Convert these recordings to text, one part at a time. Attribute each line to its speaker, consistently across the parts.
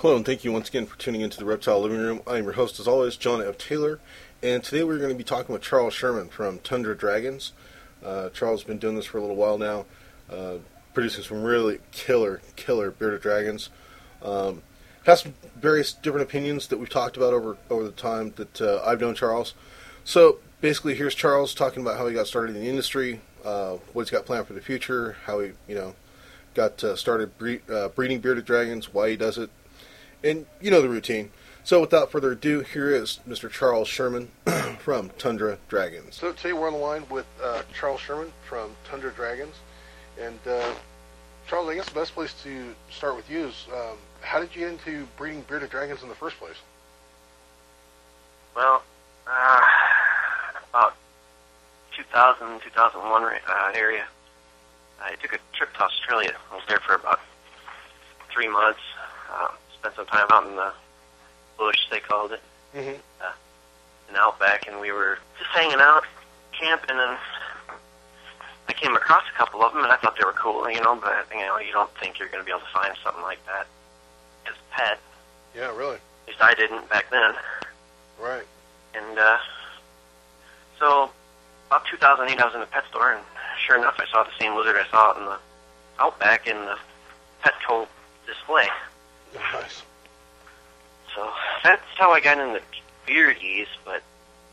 Speaker 1: Hello, and thank you once again for tuning into the Reptile Living Room. I am your host, as always, John F. Taylor, and today we're going to be talking with Charles Sherman from Tundra Dragons. Uh, Charles has been doing this for a little while now, uh, producing some really killer, killer bearded dragons. Um, has some various different opinions that we've talked about over over the time that uh, I've known Charles. So basically, here's Charles talking about how he got started in the industry, uh, what he's got planned for the future, how he you know got uh, started bre- uh, breeding bearded dragons, why he does it, and you know the routine. So without further ado, here is Mr. Charles Sherman from Tundra Dragons. So today we're on the line with uh, Charles Sherman from Tundra Dragons, and uh, Charles, I guess the best place to start with you is um, how did you get into breeding bearded dragons in the first place?
Speaker 2: Well, uh, about 2000, 2001 ra- uh, area, I took a trip to Australia. I was there for about three months. Uh, spent some time out in the bush, they called it,
Speaker 1: Mm-hmm.
Speaker 2: an outback, and we were just hanging out, camping, and I came across a couple of them, and I thought they were cool, you know, but I think, you know, you don't think you're going to be able to find something like that as a pet.
Speaker 1: Yeah, really.
Speaker 2: At least I didn't back then.
Speaker 1: Right.
Speaker 2: And uh, so, about 2008, I was in the pet store, and sure enough, I saw the same lizard I saw out in the outback in the Petco display.
Speaker 1: Nice.
Speaker 2: So that's how I got into beardies, but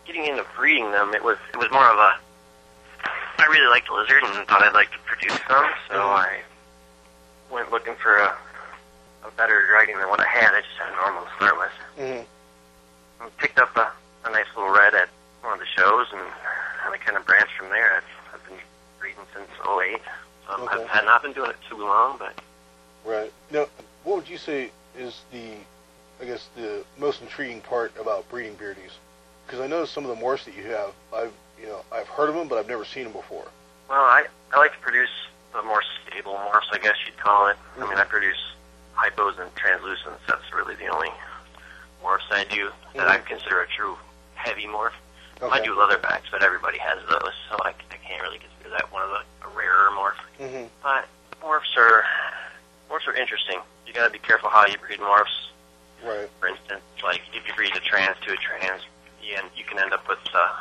Speaker 2: getting into breeding them, it was it was more of a I really liked the lizard and thought I'd like to produce some, so I went looking for a a better dragon than what I had. I just had a normal to start with.
Speaker 1: Mm-hmm.
Speaker 2: I picked up a, a nice little red at one of the shows, and, and I kind of branched from there. I've, I've been reading since 08. So I've-
Speaker 1: Okay.
Speaker 2: I've, had not been doing it too long, but
Speaker 1: Right. Now, what would you say is the, I guess, the most intriguing part about breeding beardies? Because I know some of the morphs that you have, I've, you know, I've heard of them, but I've never seen them before.
Speaker 2: well, I, I like to produce the more stable morphs, I guess you'd call it. I mean, I produce hypos and translucents. That's really the only morphs I do that I
Speaker 1: Mhm.
Speaker 2: consider a true heavy morph.
Speaker 1: Okay.
Speaker 2: I do leatherbacks, but everybody has those, so I, I can't really consider that one of the a rarer morph.
Speaker 1: Mm-hmm.
Speaker 2: But Uh, morphs are morphs are interesting. You got to be careful how you breed morphs.
Speaker 1: Right.
Speaker 2: For instance, like if you breed a trans to a trans, you, end, you can end up with uh,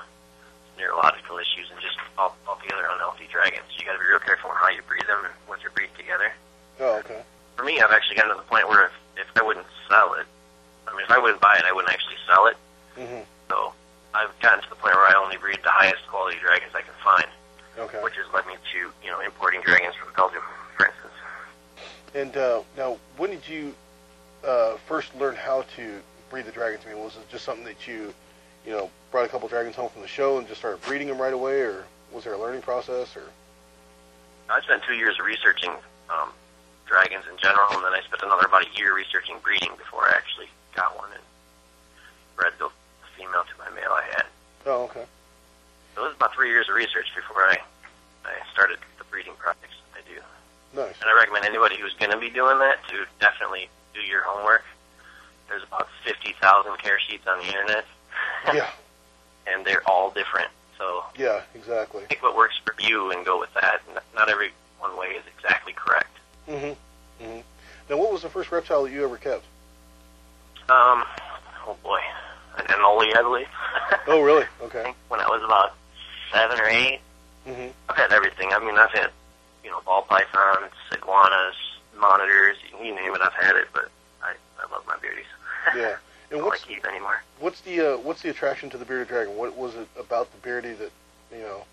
Speaker 2: neurological issues and just all, altogether unhealthy dragons. You got to be real careful on how you breed them and what you breed together.
Speaker 1: Oh, okay.
Speaker 2: For me, I've actually gotten to the point where if, if I wouldn't sell it, I mean, if I wouldn't buy it, I wouldn't actually sell it.
Speaker 1: Mm-hmm.
Speaker 2: So I've gotten to the point where I only breed the highest quality dragons I can find,
Speaker 1: Okay.
Speaker 2: which has led me to you know importing dragons from Belgium, for instance.
Speaker 1: And uh, now, when did you uh, first learn how to breed the dragons? I mean, was it just something that you, you know, brought a couple dragons home from the show and just started breeding them right away, or was there a learning process? Or
Speaker 2: I spent two years researching um, dragons in general, and then I spent another about a year researching breeding before I actually got one and bred the female to my male I had.
Speaker 1: oh, okay,
Speaker 2: So it was about three years of research before I, I started the breeding projects that I do.
Speaker 1: nice.
Speaker 2: And I recommend anybody who's going to be doing that to definitely do your homework. There's about 50,000 care sheets on the internet,
Speaker 1: Yeah,
Speaker 2: and they're all different. So
Speaker 1: yeah, exactly.
Speaker 2: pick what works for you and go with that. N- Not every one way is exactly correct.
Speaker 1: Mm-hmm. Mm-hmm. Now, what was the first reptile that you ever kept?
Speaker 2: Um, oh boy, an anole, I believe.
Speaker 1: Oh, really?
Speaker 2: I
Speaker 1: Okay.
Speaker 2: think when I was about seven or eight,
Speaker 1: Mm-hmm.
Speaker 2: I've had everything. I mean, I've had, you know, ball pythons, iguanas, monitors, you name it, I've had it. But I, I love my beardies.
Speaker 1: Yeah.
Speaker 2: I
Speaker 1: And
Speaker 2: don't
Speaker 1: what's
Speaker 2: like these anymore.
Speaker 1: what's the uh, what's the attraction to the bearded dragon? What was it about the beardy that you know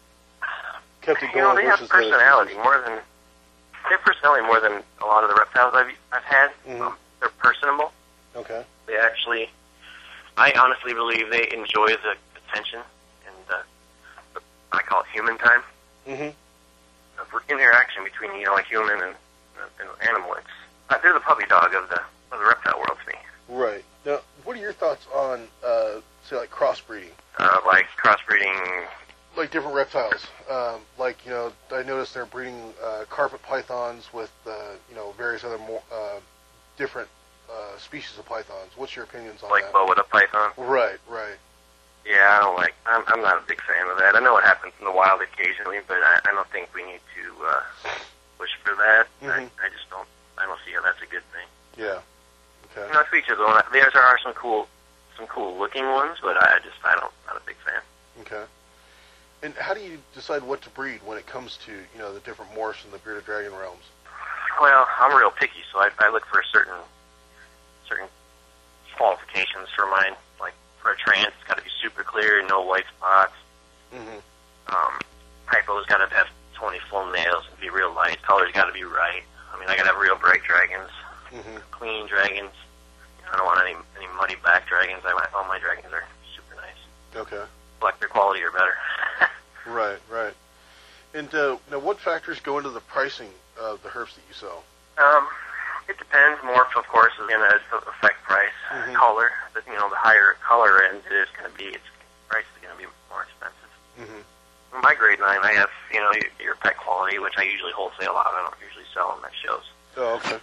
Speaker 1: kept it
Speaker 2: You know,
Speaker 1: going
Speaker 2: they have
Speaker 1: versus
Speaker 2: personality more than they have personality more than a lot of the reptiles I've I've had.
Speaker 1: Mhm.
Speaker 2: Um, they're personable.
Speaker 1: the? Okay.
Speaker 2: They actually, I honestly believe they enjoy the attention and uh, the, I call it human time.
Speaker 1: Mm-hmm.
Speaker 2: of interaction between you know a human and an animal. It's uh, they're the puppy dog of the of the reptile world to me.
Speaker 1: Right. Now, what are your thoughts on uh, say like crossbreeding?
Speaker 2: Uh, like crossbreeding,
Speaker 1: like different reptiles. Um, like you know, I noticed they're breeding uh, carpet pythons with uh, you know various other more, uh, different uh, species of pythons. What's your opinions on
Speaker 2: like
Speaker 1: that?
Speaker 2: boa with a python.
Speaker 1: Right, right.
Speaker 2: Yeah, I don't like. I'm I'm not a big fan of that. I know it happens in the wild occasionally, but I, I don't think we need to uh, push for that.
Speaker 1: Mhm.
Speaker 2: I, I just don't. I don't see how that's a good thing.
Speaker 1: Yeah. Okay.
Speaker 2: You know, to each his own. There are some cool, some cool looking ones, but I just I don't not a big fan.
Speaker 1: Okay. And how do you decide what to breed when it comes to you know the different morphs in the bearded dragon realms?
Speaker 2: Well, I'm real picky, so I, I look for certain certain qualifications for mine. Like for a trance, it's got to be super clear, no white spots.
Speaker 1: Mm-hmm.
Speaker 2: Um, hypo's got to have 20 full nails and be real light. Color's got to be right. I mean, I got to have real bright dragons,
Speaker 1: Mm-hmm.
Speaker 2: clean dragons. You know, I don't want any any muddy back dragons. I want all my dragons are super nice,
Speaker 1: Okay.
Speaker 2: collector quality or better.
Speaker 1: Right. Right. And uh, now, what factors go into the pricing of the herbs that you sell?
Speaker 2: Um, it depends. Morph, of course, is going to affect price.
Speaker 1: Mhm.
Speaker 2: Color, but, you know, the higher color end it is going to be, its price is going to be more expensive.
Speaker 1: Mm-hmm.
Speaker 2: In my grade nine, I have you know your, your pet quality, which I usually wholesale out. I don't usually sell them at shows.
Speaker 1: Oh, okay.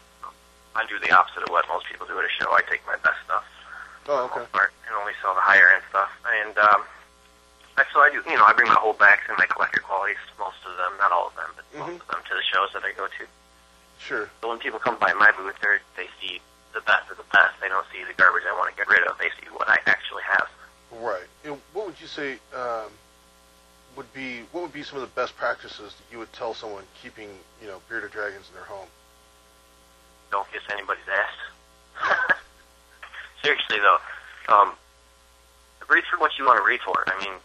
Speaker 2: I do the opposite of what most people do at a show. I take my best stuff
Speaker 1: Oh,
Speaker 2: for the
Speaker 1: okay.
Speaker 2: most part, and only sell the higher end stuff. And um, I so I do you know I bring my whole backs and my collector qualities, most of them, not all of them, but
Speaker 1: Mhm.
Speaker 2: most of them to the shows that I go to.
Speaker 1: Sure.
Speaker 2: So when people come by my booth, they they see the best of the best. They don't see the garbage I want to get rid of. They see what I actually have.
Speaker 1: Right. And what would you say um, would be what would be some of the best practices that you would tell someone keeping you know bearded dragons in their home?
Speaker 2: Don't kiss anybody's ass. Seriously though, um, read for what you want to read for. I mean,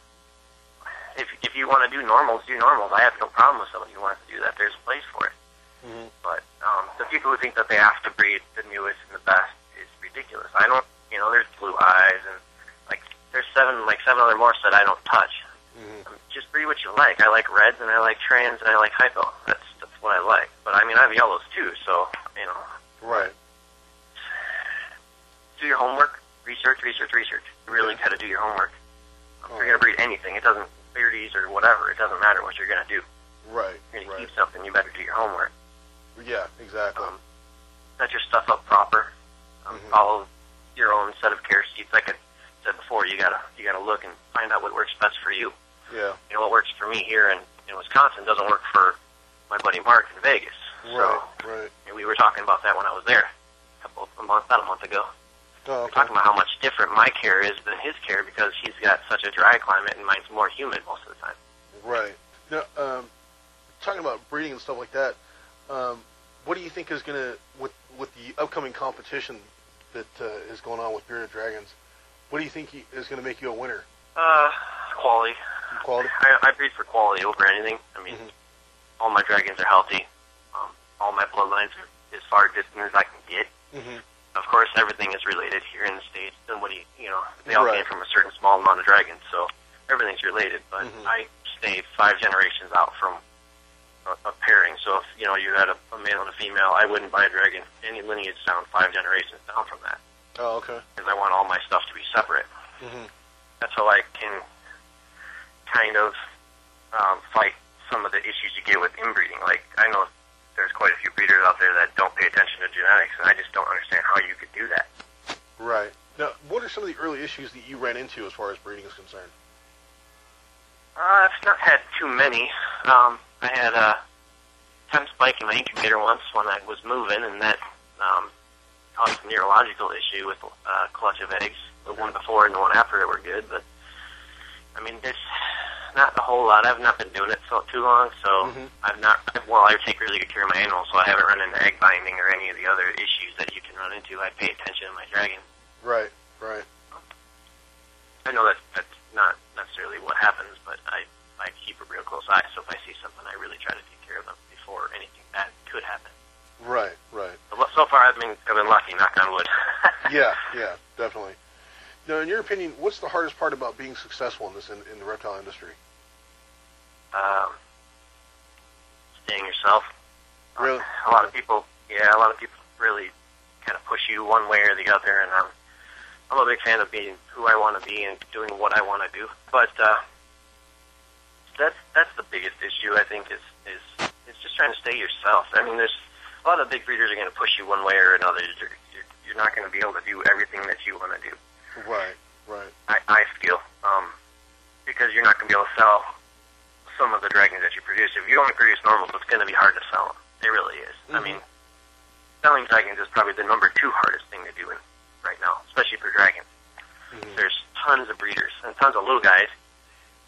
Speaker 2: if if you want to do normals, do normals. I have no problem with somebody who wants to do that. There's a place for it.
Speaker 1: Mm-hmm.
Speaker 2: But um, the people who think that they have to breed the newest and the best is ridiculous. I don't, you know, there's blue eyes and like there's seven like seven other morphs that I don't touch.
Speaker 1: Mm-hmm.
Speaker 2: just breed what you like. I like reds and I like trans and I like hypo. That's that's what I like. But I mean, I have yellows too. So you know,
Speaker 1: Right.
Speaker 2: do your homework, research, research, research. You really got to do your homework. If you're gonna breed anything, it doesn't beardies or whatever. It doesn't matter what you're gonna do. If
Speaker 1: Right.
Speaker 2: you're gonna
Speaker 1: Right.
Speaker 2: keep something, you better do your homework.
Speaker 1: Yeah. Exactly.
Speaker 2: Um, set your stuff up proper. Um,
Speaker 1: Mhm.
Speaker 2: Follow your own set of care sheets. Like I said before, you gotta you gotta look and find out what works best for you.
Speaker 1: Yeah.
Speaker 2: you know, what works for me here in, in Wisconsin doesn't work for my buddy Mark in Vegas.
Speaker 1: Right. Right.
Speaker 2: So we were talking about that when I was there a couple a month about a month ago.
Speaker 1: Oh,
Speaker 2: We were
Speaker 1: okay.
Speaker 2: talking about how much different my care is than his care because he's got such a dry climate and mine's more humid most of the time.
Speaker 1: Right. Now, um, talking about breeding and stuff like that, um, what do you think is going to with with the upcoming competition that uh, is going on with bearded dragons? What do you think you- is going to make you a winner?
Speaker 2: Uh quality.
Speaker 1: In quality.
Speaker 2: I, I breed for quality over anything. I mean
Speaker 1: Mhm.
Speaker 2: all my dragons are healthy. Um, all my bloodlines are as far distant as I can get.
Speaker 1: Mm-hmm.
Speaker 2: Of course everything is related here in the States and what do you you know, they all
Speaker 1: Right.
Speaker 2: came from a certain small amount of dragons, so everything's related, but
Speaker 1: Mhm.
Speaker 2: I stay five generations out from a, a pairing. So if you know you had a, a male and a female, I wouldn't buy a dragon any lineage down five generations down from that
Speaker 1: Oh, okay.
Speaker 2: because I want all my stuff to be separate.
Speaker 1: Mm-hmm.
Speaker 2: That's how I can kind of um, fight some of the issues you get with inbreeding. Like I know there's quite a few breeders out there that don't pay attention to genetics, and I just don't understand how you could do that.
Speaker 1: Right. Now, what are some of the early issues that you ran into as far as breeding is concerned?
Speaker 2: Uh, I've not had too many. Um, I had a temp spike in my incubator once when I was moving, and that um, caused a neurological issue with uh, clutch of eggs. The one before and the one after it were good, but I mean, there's not a whole lot. I've not been doing it so too long, so
Speaker 1: Mhm.
Speaker 2: I've not. Well, I take really good care of my animals, so I haven't run into egg binding or any of the other issues that you can run into. I pay attention to my dragon.
Speaker 1: Right. Right.
Speaker 2: I know that that's not necessarily what happens, but I, I keep a real close eye. So if I see something, I really try to take care of them before anything bad could happen.
Speaker 1: Right. Right.
Speaker 2: But so far, I've been I've been lucky. Knock on wood.
Speaker 1: Yeah. Yeah. Definitely. Now, in your opinion, what's the hardest part about being successful in this in, in the reptile industry?
Speaker 2: um, staying yourself.
Speaker 1: Really?
Speaker 2: A lot of people, yeah, a lot of people really kind of push you one way or the other, and I'm I'm a big fan of being who I want to be and doing what I want to do. But uh, that's that's the biggest issue I think is is is just trying to stay yourself. I mean, there's a lot of big breeders are going to push you one way or another. You're, you're, you're not going to be able to do everything that you want to do.
Speaker 1: Right. Right.
Speaker 2: I, I feel, um, because you're not going to be able to sell some of the dragons that you produce. If you only produce normals, it's going to be hard to sell them. It really is. I
Speaker 1: Mhm.
Speaker 2: mean, selling dragons is probably the number two hardest thing to do in, right now, especially for dragons.
Speaker 1: Mhm.
Speaker 2: There's tons of breeders and tons of little guys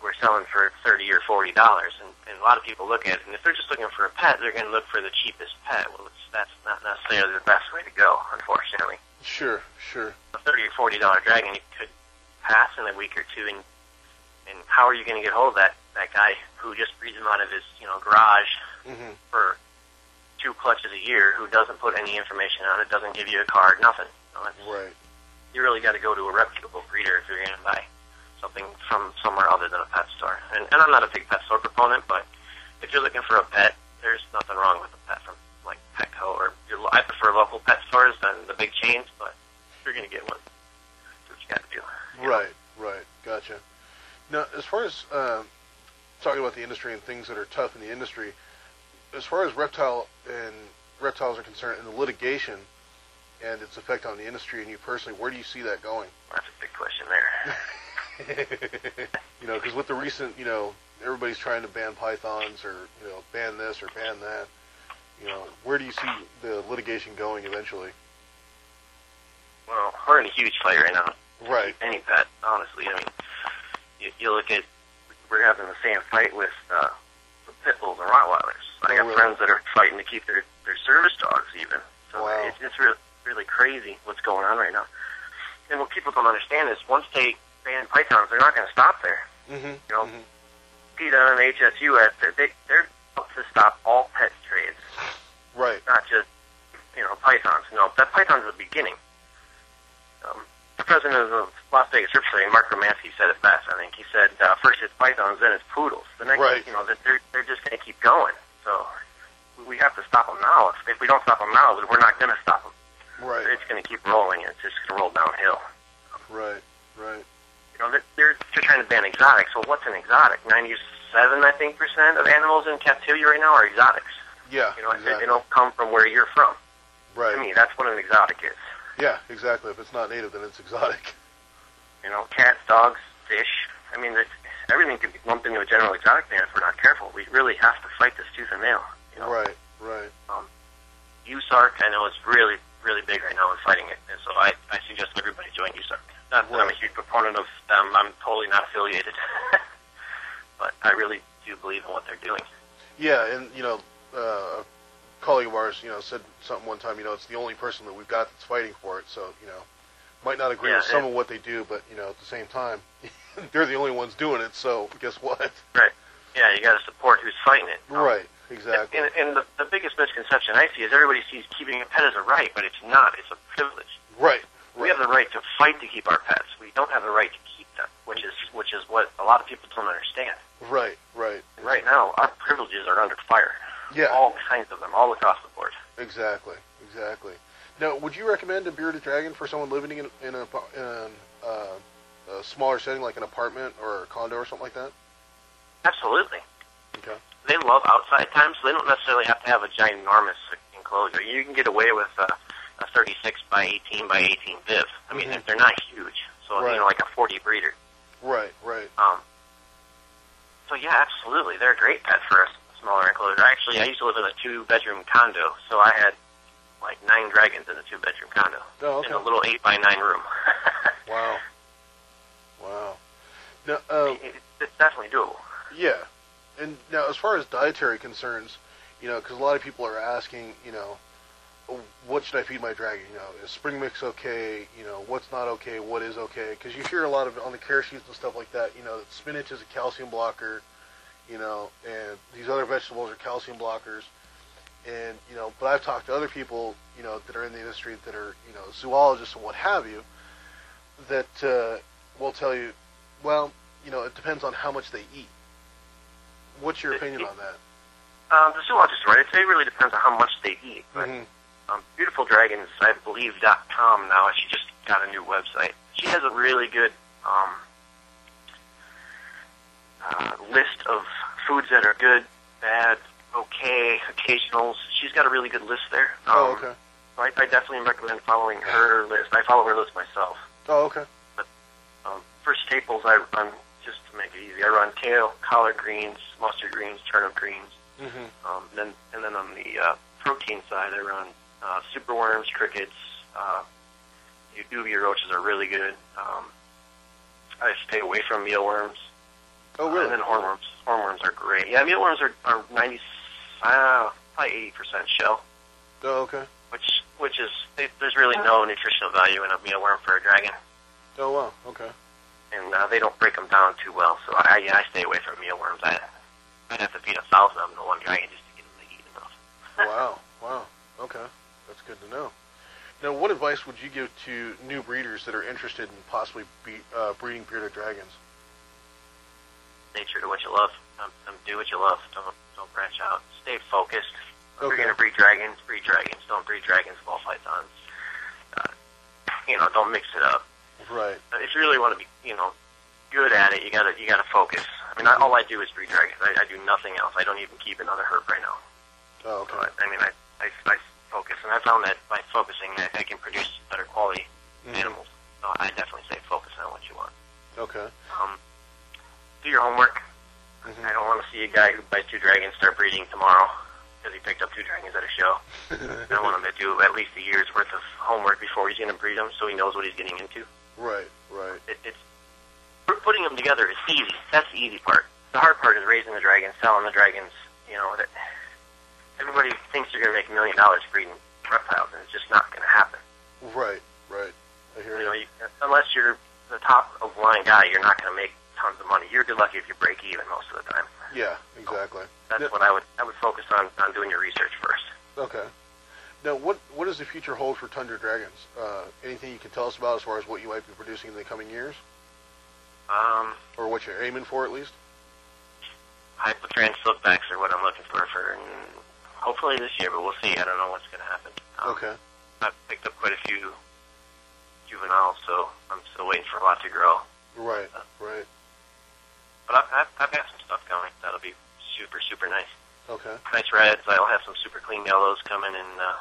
Speaker 2: who are selling for thirty or forty dollars, and, and a lot of people look at it. And if they're just looking for a pet, they're going to look for the cheapest pet. Well, it's, that's not necessarily the best way to go, unfortunately.
Speaker 1: Sure, sure.
Speaker 2: A thirty or forty dollar dragon you could pass in a week or two, and and how are you going to get hold of that that guy who just breeds them out of his you know garage
Speaker 1: hmm
Speaker 2: for two clutches a year who doesn't put any information on it, doesn't give you a card, nothing. You, know, it's-
Speaker 1: Right.
Speaker 2: you really got to go to a reputable breeder if you're going to buy something from somewhere other than a pet store. And, and I'm not a big pet store proponent, but if you're looking for a pet, there's nothing wrong with a pet from like Petco or your, lo- I prefer local pet stores than the big chains, but if you're going to get one, that's what you got to do.
Speaker 1: Right, right. Gotcha. Now, as far as um talking about the industry and things that are tough in the industry, as far as reptile and reptiles are concerned, and the litigation and its effect on the industry and you personally, where do you see that going?
Speaker 2: That's a big question there.
Speaker 1: you know, because with the recent, you know, everybody's trying to ban pythons or you know ban this or ban that. You know, where do you see the litigation going eventually?
Speaker 2: Well, we're in a huge fight right now.
Speaker 1: Right.
Speaker 2: any pet, honestly. I mean, you, you look at we're having the same fight with uh, the pit bulls and Rottweilers. I
Speaker 1: Oh,
Speaker 2: got
Speaker 1: Really?
Speaker 2: friends that are fighting to keep their their service dogs even. So
Speaker 1: Wow.
Speaker 2: it's it's really really crazy what's going on right now. And what people don't understand is once they ban pythons, they're not going to stop there.
Speaker 1: Mm-hmm.
Speaker 2: know, PETA and HSUS, they're, they, they're out to stop all pet trades,
Speaker 1: Right.
Speaker 2: not just you know pythons. No, that python's the beginning. um, the president of the Las Vegas Strip Trade, Mark Romansky, said it best. I think he said, uh, first it's pythons, then it's poodles. The next,
Speaker 1: Right.
Speaker 2: you know, that they're they're just going to keep going. So we have to stop them now. If, if we don't stop them now, then we're not going to stop them.
Speaker 1: Right.
Speaker 2: It's going to keep rolling. It's just going to roll downhill.
Speaker 1: Right. Right.
Speaker 2: You know, they're, they're they're trying to ban exotics. Well, what's an exotic? Ninety-seven, I think, percent of animals in captivity right now are exotics.
Speaker 1: Yeah.
Speaker 2: You know, they,
Speaker 1: exactly.
Speaker 2: they don't come from where you're from.
Speaker 1: right.
Speaker 2: To me, that's what an exotic is.
Speaker 1: Yeah. Exactly. If it's not native, then it's exotic.
Speaker 2: you know, cats, dogs, fish. I mean, it's, everything could be lumped into a general exotic ban if we're not careful. We really have to fight this tooth and nail. You know,
Speaker 1: Right. Right.
Speaker 2: USARC, I know is really, really big right now in fighting it, and so I, I suggest everybody join USARC. Not that I'm a huge proponent of them. I'm totally not affiliated, but I really do believe in what they're doing.
Speaker 1: Yeah. And you know, uh, a colleague of ours, you know, said something one time. You know, it's the only person that we've got that's fighting for it. So you know, might not agree
Speaker 2: Yeah,
Speaker 1: with some
Speaker 2: it-
Speaker 1: of what they do, but you know, at the same time, they're the only ones doing it. So guess what?
Speaker 2: Yeah, you got to support who's fighting it. you know?
Speaker 1: Right. Exactly.
Speaker 2: And, and the, the biggest misconception I see is everybody sees keeping a pet as a right, but it's not. It's a privilege.
Speaker 1: Right.
Speaker 2: We have
Speaker 1: Right.
Speaker 2: the right to fight to keep our pets. We don't have the right to keep them, which is which is what a lot of people don't understand.
Speaker 1: Right. Right.
Speaker 2: Right now, our privileges are under fire.
Speaker 1: Yeah.
Speaker 2: All kinds of them, all across the board.
Speaker 1: Exactly. Exactly. Now, would you recommend a bearded dragon for someone living in in a pa- in, uh, a smaller setting like an apartment or a condo or something like that?
Speaker 2: Absolutely.
Speaker 1: Okay.
Speaker 2: They love outside time, so they don't necessarily have to have a ginormous enclosure. You can get away with a, a 36 by 18 by 18 viv. I mean,
Speaker 1: Mhm.
Speaker 2: they're not huge. So,
Speaker 1: Right.
Speaker 2: you know, like a 40 breeder.
Speaker 1: Right. Right.
Speaker 2: Um, so yeah, absolutely, they're a great pet for a s- smaller enclosure. Actually, I used to live in a two-bedroom condo, so I had like nine dragons in a two-bedroom condo
Speaker 1: Oh,
Speaker 2: in a
Speaker 1: okay.
Speaker 2: little eight by nine room.
Speaker 1: Wow. Wow. Now, uh,
Speaker 2: It- it's definitely doable.
Speaker 1: yeah. And now, as far as dietary concerns, you know, because a lot of people are asking, you know, what should I feed my dragon? You know, is spring mix okay? You know, what's not okay? What is okay? Because you hear a lot of on the care sheets and stuff like that. You know, that spinach is a calcium blocker. You know, and these other vegetables are calcium blockers. And you know, but I've talked to other people, you know, that are in the industry that are, you know, zoologists and what have you, that uh, will tell you, well, you know, it depends on how much they eat. What's your opinion on that?
Speaker 2: Um, the zoologist, right? It really depends on how much they eat. But
Speaker 1: Mm-hmm.
Speaker 2: um, Beautiful Dragons, I believe dot com now. She just got a new website. She has a really good um, uh, list of foods that are good, bad, okay, occasionals. She's got a really good list there. Um,
Speaker 1: Oh, okay.
Speaker 2: so I, I definitely recommend following her list. I follow her list myself.
Speaker 1: Oh, okay.
Speaker 2: Um, for staples, I run just to make it easy. I run kale, collard greens, mustard greens, turnip greens.
Speaker 1: Mm-hmm.
Speaker 2: Um, then and then on the uh, protein side, I run uh, superworms, crickets. Uh, your dubia roaches are really good. Um, I stay away from mealworms.
Speaker 1: Oh,
Speaker 2: Uh, and then hornworms. Hornworms are great. Yeah, mealworms are, are 90, uh, probably 80% shell,
Speaker 1: Oh, okay.
Speaker 2: which which is, they, there's really no nutritional value in a mealworm for a dragon.
Speaker 1: Oh, wow. Okay.
Speaker 2: And uh, they don't break them down too well, so I, yeah, I stay away from mealworms. I, I'd have to feed a thousand of them to one dragon just to get them to eat enough.
Speaker 1: Wow. Wow. Okay. That's good to know. Now, what advice would you give to new breeders that are interested in possibly be, uh, breeding bearded dragons?
Speaker 2: Stay true to what you love. Um, um, do what you love. Don't don't branch out. Stay focused. If
Speaker 1: Okay.
Speaker 2: you're gonna breed dragons, breed dragons. Don't breed dragons with ball pythons. Uh, you know, don't mix it up.
Speaker 1: Right.
Speaker 2: Uh, If you really want to be, you know, good at it, you gotta you gotta focus. I mean, I, all I do is breed dragons. I, I do nothing else. I don't even keep another herb right now.
Speaker 1: Oh,
Speaker 2: So
Speaker 1: okay.
Speaker 2: I, I mean, I, I I focus, and I found that by focusing, I, I can produce better quality
Speaker 1: Mm-hmm.
Speaker 2: animals. So I definitely say focus on what you want.
Speaker 1: Okay.
Speaker 2: Um, do your homework. I don't want to see a guy who buys two dragons start breeding tomorrow because he picked up two dragons at a show. I want him to do at least a year's worth of homework before he's going to breed them, so he knows what he's getting into.
Speaker 1: right. Right.
Speaker 2: It, it's pu- putting them together is easy. That's the easy part. The hard part is raising the dragons, selling the dragons. You know that everybody thinks they're going to make a million dollars breeding reptiles, and it's just not going to happen.
Speaker 1: Right. Right. I hear
Speaker 2: You know,
Speaker 1: you.
Speaker 2: you, unless you're the top of line guy, you're not going to make tons of money. You're good lucky if you break even most of the time.
Speaker 1: Yeah. Exactly.
Speaker 2: That's
Speaker 1: Yeah.
Speaker 2: what I would I would focus on on doing your research first.
Speaker 1: Okay. Now, what what does the future hold for Tundra Dragons? Uh, anything you can tell us about as far as what you might be producing in the coming years,
Speaker 2: Um,
Speaker 1: or what you're aiming for at least?
Speaker 2: hypotrans lookbacks are what I'm looking for for mm, hopefully this year, but we'll see. I don't know what's going to happen. Um,
Speaker 1: Okay.
Speaker 2: I've picked up quite a few juveniles, so I'm still waiting for a lot to grow.
Speaker 1: Right. Right.
Speaker 2: But I've, I've, I've got some stuff coming that'll be super super nice.
Speaker 1: Okay.
Speaker 2: Nice reds. I'll have some super clean yellows coming in uh,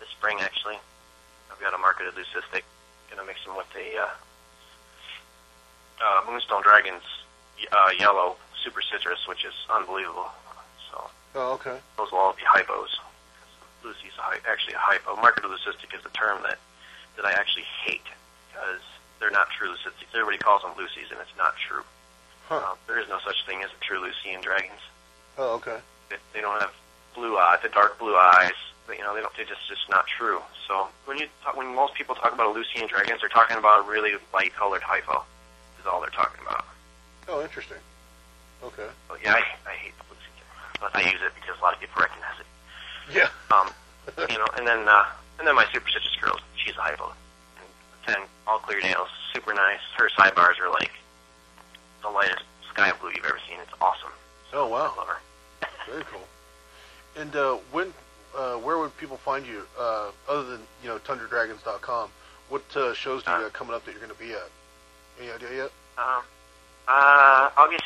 Speaker 2: this spring actually. I've got a marketed leucistic. Gonna mix them with the uh, uh, moonstone dragons y- uh, yellow super citrus, which is unbelievable. So
Speaker 1: Oh, okay.
Speaker 2: those will all be hypos. Lucy's a hy- actually a hypo. Microleucistic is a term that, that I actually hate because they're not true leucistics. Everybody calls them Lucy's, and it's not true.
Speaker 1: Huh.
Speaker 2: Um, there is no such thing as a true Lucy in dragons.
Speaker 1: Oh, okay.
Speaker 2: They, they don't have blue eyes, the dark blue eyes. But, you know, they don't. They just just not true. So when you talk, when most people talk about a Lucy in dragons, they're talking about a really light colored hypo. Is all they're talking about.
Speaker 1: Oh, interesting. Okay.
Speaker 2: But yeah, I, I hate the Lucy, but I use it because a lot of people recognize it.
Speaker 1: Yeah.
Speaker 2: Um, you know, and then uh, and then my superstitious girl, she's a hypo. And Ten all clear nails, super nice. Her sidebars are like the lightest sky blue you've ever seen. It's awesome.
Speaker 1: Oh, wow.
Speaker 2: I love her.
Speaker 1: Very cool. And uh, when, uh, where would people find you uh, other than you know tundradragons.com? What uh, shows do you got coming up that you're going to be at? Any idea yet?
Speaker 2: Um, uh, August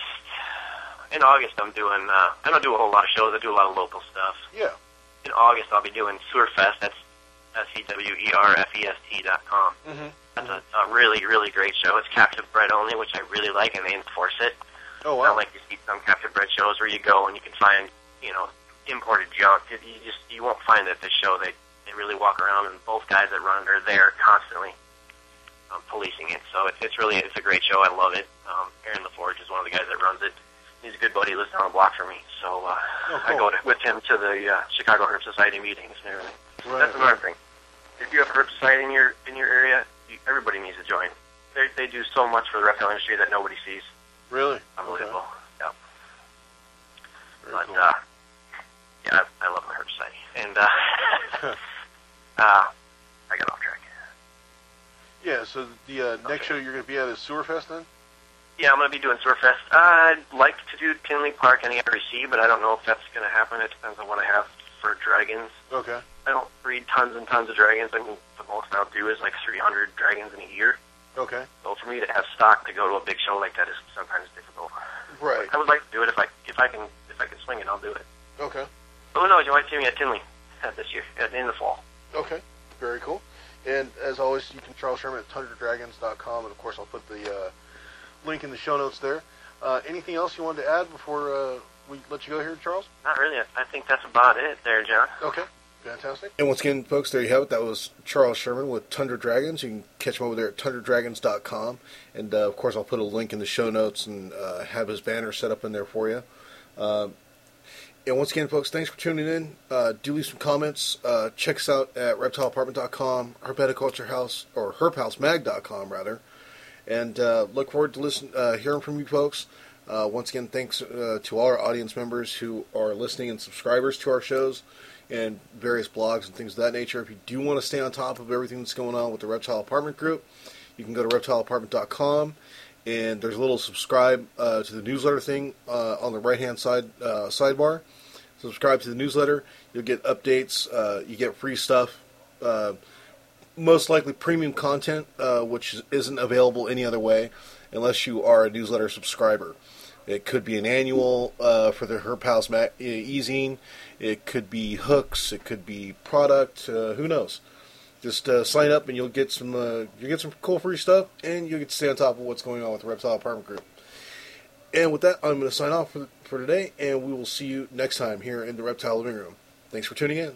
Speaker 2: in August I'm doing uh, I don't do a whole lot of shows. I do a lot of local stuff.
Speaker 1: Yeah.
Speaker 2: In August I'll be doing Sewerfest. That's S E W E R F E S T dot com.
Speaker 1: Mm-hmm.
Speaker 2: That's a, a really really great show. It's captive bred only, which I really like, and they enforce it.
Speaker 1: Oh
Speaker 2: I
Speaker 1: wow.
Speaker 2: like to see some captive bred shows where you go and you can find, you know, imported junk. You you just you won't find it at the show. They they really walk around, and both guys that run it are there constantly um, policing it. So it's it's really it's a great show. I love it. Um, Aaron LaForge is one of the guys that runs it. He's a good buddy. He lives down the block from me, so uh,
Speaker 1: Oh,
Speaker 2: I
Speaker 1: cool.
Speaker 2: go to, with him to the uh, Chicago Herb Society meetings and everything. That's another thing. If you have a herb society in your in your area, you, everybody needs to join. They they do so much for the reptile industry that nobody sees.
Speaker 1: Really?
Speaker 2: Unbelievable. Yeah.
Speaker 1: Very
Speaker 2: But
Speaker 1: cool.
Speaker 2: uh, yeah, I, I love my herbicide. And uh, uh, I got off track.
Speaker 1: yeah. So the uh, next show you're going to be at is Sewerfest then?
Speaker 2: Yeah, I'm gonna be doing Surfest. I'd like to do Kinley Park and ARC, but I don't know if that's gonna happen. It depends on what I have for dragons.
Speaker 1: Okay.
Speaker 2: I don't breed tons and tons of dragons. I mean, the most I'll do is like 300 dragons in a year.
Speaker 1: Okay.
Speaker 2: So for me to have stock to go to a big show like that is sometimes difficult.
Speaker 1: Right.
Speaker 2: I would like to do it if I if I can if I can swing it, I'll do it.
Speaker 1: Okay.
Speaker 2: But who knows? You might see me at Tinley uh, this year uh, in the fall.
Speaker 1: Okay. Very cool. And as always, you can Charles Sherman at tundradragons.com, and of course, I'll put the uh, link in the show notes there. Uh, anything else you wanted to add before uh, we let you go here, Charles?
Speaker 2: Not really. I think that's about it there, John.
Speaker 1: Okay. Fantastic.
Speaker 3: And once again, folks, there you have it. That was Charles Sherman with Tundra Dragons. You can catch him over there at tundradragons.com. And, uh, of course, I'll put a link in the show notes and uh, have his banner set up in there for you. Um, and once again, folks, thanks for tuning in. Uh, do leave some comments. Uh, check us out at reptileapartment.com, herpeticulture house, or herphousemag.com, rather. And uh, look forward to listen, uh, hearing from you folks. Uh, once again, thanks uh, to all our audience members who are listening and subscribers to our shows and various blogs and things of that nature. If you do want to stay on top of everything that's going on with the Reptile Apartment Group, you can go to reptileapartment.com and there's a little subscribe uh, to the newsletter thing uh, on the right hand side uh, sidebar. Subscribe to the newsletter. You'll get updates. Uh, you get free stuff. Uh, most likely premium content, uh, which is- isn't available any other way, unless you are a newsletter subscriber. It could be an annual uh, for the Herb House ma- e- easing. It could be hooks. It could be product. Uh, who knows? Just uh, sign up and you'll get some uh, you get some cool free stuff, and you'll get to stay on top of what's going on with the Reptile Apartment Group. And with that, I'm going to sign off for, for today, and we will see you next time here in the Reptile Living Room. Thanks for tuning in.